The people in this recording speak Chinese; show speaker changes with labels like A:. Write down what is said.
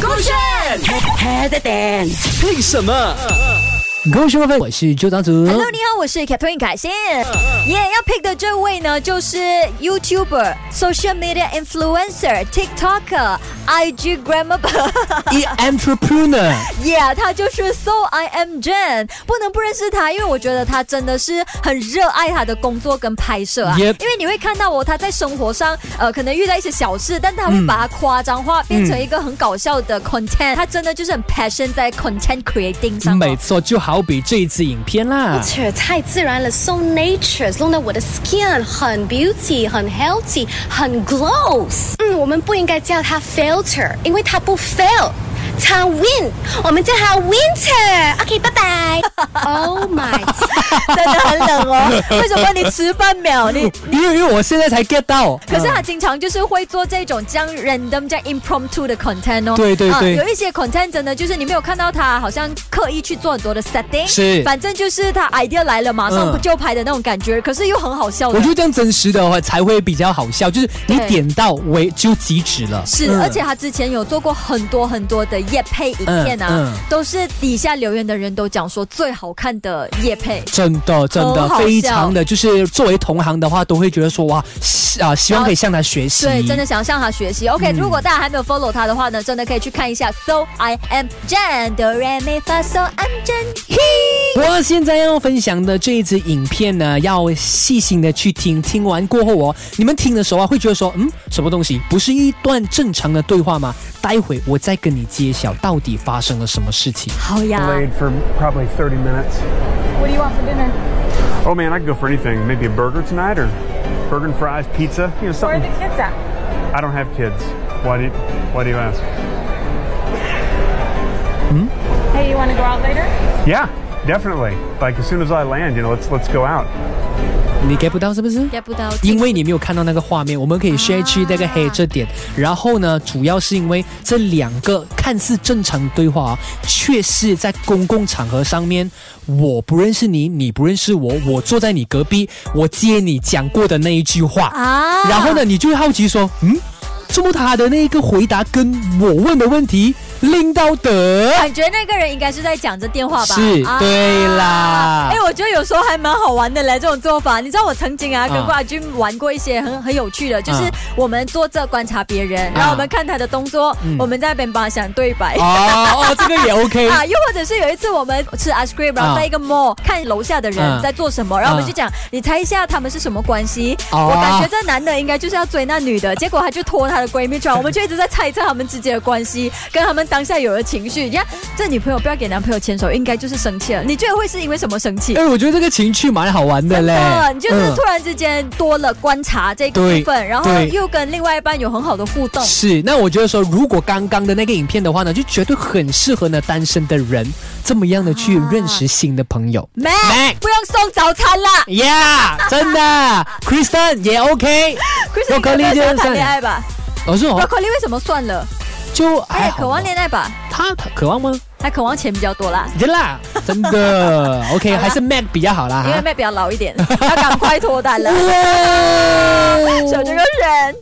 A: 勾选 h a 点。
B: 为什么？各位小伙伴，我是周长主。
C: Hello，你好，我是 Catherine 凯欣。耶、要 pick 的这位呢，就是 YouTuber、Social Media Influencer、TikToker、IG Grammar。
B: 一 entrepreneur，
C: Yeah，他就是 So I Am Jen，不能不认识他，因为我觉得他真的是很热爱他的工作跟拍摄啊。
B: Yep
C: 因为你会看到哦，他在生活上呃可能遇到一些小事，但他会把它夸张化，变成一个很搞笑的 content。他真的就是很 passion 在 content creating 上、
B: 没
C: 哦。
B: 错，就好比这一支影片 啦。
D: nature 太自然了，so nature 弄得我的 skin 很 beauty，很 healthy，很 glows。嗯，我们不应该叫它 filter，因为它不 fail，它 win，我们叫它 winter。OK，拜拜。Oh my，
C: 真的很冷哦，为什么你迟半秒？ 你
B: 因为因为我现在才 get 到，啊
C: 可是他经常就是会做这种这样 random 这样 impromptu 的 content 哦。
B: 对对对
C: 有一些 content 真的就是你没有看到他好像刻意去做很多的 setting，
B: 是
C: 反正就是他 idea 来了马上
B: 嗯
C: 就拍的那种感觉，可是又很好笑
B: 我
C: 的
B: 觉。得这样真实的话才会比较好笑，就是你
C: 对
B: 点到为就即止了。
C: 是，
B: 嗯
C: 而且他之前有做过很多很多的夜配影片啊，
B: 嗯嗯
C: 都是底下留言的人都讲说最好看的夜配。
B: 真的真的
C: 很好笑
B: 非常的，就是作为同行的话，都会觉得说哇希啊，希望可以向他学习。嗯
C: 对，真的想向他学习。OK，、如果大家还没有 follow 他的话呢，真的可以去看一下。So I am Jen, Do Re Mi Fa So I'm Jen He。
B: 我现在要分享的这一支影片呢，要细心的去听，听完过后哦，你们听的时候啊，会觉得说，嗯，什么东西？不是一段正常的对话吗？待会我再跟你揭晓到底发生了什么事情。
C: 好呀，
E: Delayed for probably 30 minutes.
F: What do you want for dinner?
E: Oh man, I could go for anything. Maybe a burger tonight or burger and fries, pizza, you know,
F: Where are
E: something.
F: the kids at?
E: I don't have kids. Why do you, why do you ask?
F: Hey, you want to go out later?
E: Yeah, definitely. Like as soon as I land, you know, let's let's go out.
B: 你 get 不到是不是？
C: get 不到，
B: 因为你没有看到那个画面，我们可以 share 去那个黑这
C: 啊
B: 点。然后呢，主要是因为这两个看似正常的对话啊，却是在公共场合上面，我不认识你，你不认识我，我坐在你隔壁，我接你讲过的那一句话
C: 啊
B: 然后呢，你就会好奇说，嗯，这么他的那一个回答跟我问的问题拎到得？
C: 感觉那个人应该是在讲着电话吧？
B: 是
C: 啊
B: 对啦
C: 哎、我觉得有时候还蛮好玩的嘞，这种做法。你知道我曾经啊，
B: 啊
C: 跟郭亚军玩过一些很很有趣的，就是
B: 啊
C: 我们坐这观察别
B: 嗯
C: 人，然后我们看他的动作，我们在那边帮他想对白。
B: 哦哦，这个也 OK
C: 啊，又或者是有一次我们吃 ice cream，然后
B: 啊
C: 在一个 mall、看楼下的
B: 啊
C: 人在做什么，然后我们
B: 啊
C: 就讲，你猜一下他们是什么关系？
B: 哦
C: 我感觉这男的应该就是要追那女的，结果他就拖她的闺蜜出来，我们就一直在猜测他们之间的关系，跟他们当下有的情绪。你看，这女朋友不要给男朋友牵手，应该就是生气了。你觉得会是因为什么生气？
B: 哎，我觉得这个情趣蛮好玩的嘞
C: 的，你就是
B: 嗯
C: 突然之间多了观察这个
B: 对
C: 部分，然后
B: 对
C: 又跟另外一半有很好的互动。
B: 是，那我觉得说，如果刚刚的那个影片的话呢，就绝对很适合呢单身的人这么样的去认识新的朋友。
C: Mac，
B: Mac
C: 不用送早餐啦
B: Yeah，真的，Kristen 也 OK。
C: ，Chris，你可能想谈恋爱吧
B: 老师我
C: ？Broccoli 为什么算了？
B: 就
C: 他
B: 还
C: 也
B: 好吧，
C: 哎渴望恋爱吧，
B: 他他渴望吗？
C: 他渴望钱比较多啦，
B: 真啦，真 的 OK，还是 Mac 比较好啦。
C: 因为
B: 哈 哦
C: 妹比较老一点，要赶快脱单了。
B: 哇
C: 小这个人。